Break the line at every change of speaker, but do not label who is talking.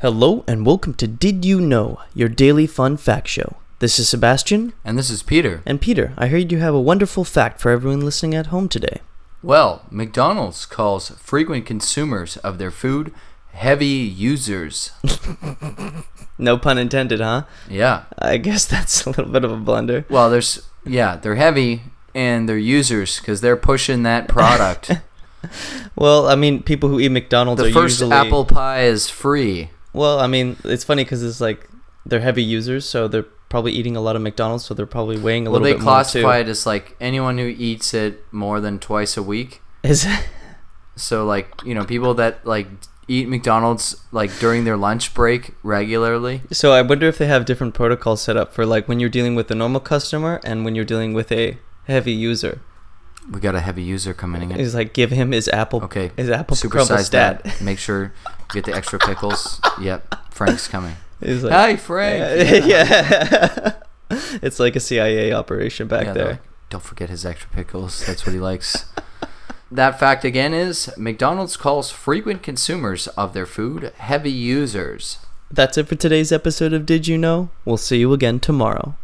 Hello and welcome to Did You Know, your daily fun fact show. This is Sebastian.
And this is Peter.
And Peter, I heard you have a wonderful fact for everyone listening at home today.
Well, McDonald's calls frequent consumers of their food heavy users.
No pun intended, huh?
Yeah.
I guess that's a little bit of a blunder.
Well, there's yeah, they're heavy and they're users because they're pushing that product.
Well, I mean, people who eat McDonald's
the
are
first
usually
apple pie is free.
Well, I mean, it's funny because it's like they're heavy users, so they're probably eating a lot of McDonald's, so they're probably weighing a
Well,
little
they
bit
classify
more
it as like anyone who eats it more than twice a week.
too. Is
So like you know people that like eat McDonald's like during their lunch break regularly.
So I wonder if they have different protocols set up for like when you're dealing with a normal customer and when you're dealing with a heavy user.
We got a heavy user coming in.
It's like give him his apple.
Okay.
His apple crumble
Supersize
stat.
that. Make sure you get the extra pickles. yep. Frank's coming.
It's like,
Hi, Frank.
yeah. it's like a CIA operation back
Yeah, they're
there.
like, Don't forget his extra pickles. That's what he likes. that fact again is McDonald's calls frequent consumers of their food heavy users.
That's it for today's episode of Did You Know? We'll see you again tomorrow.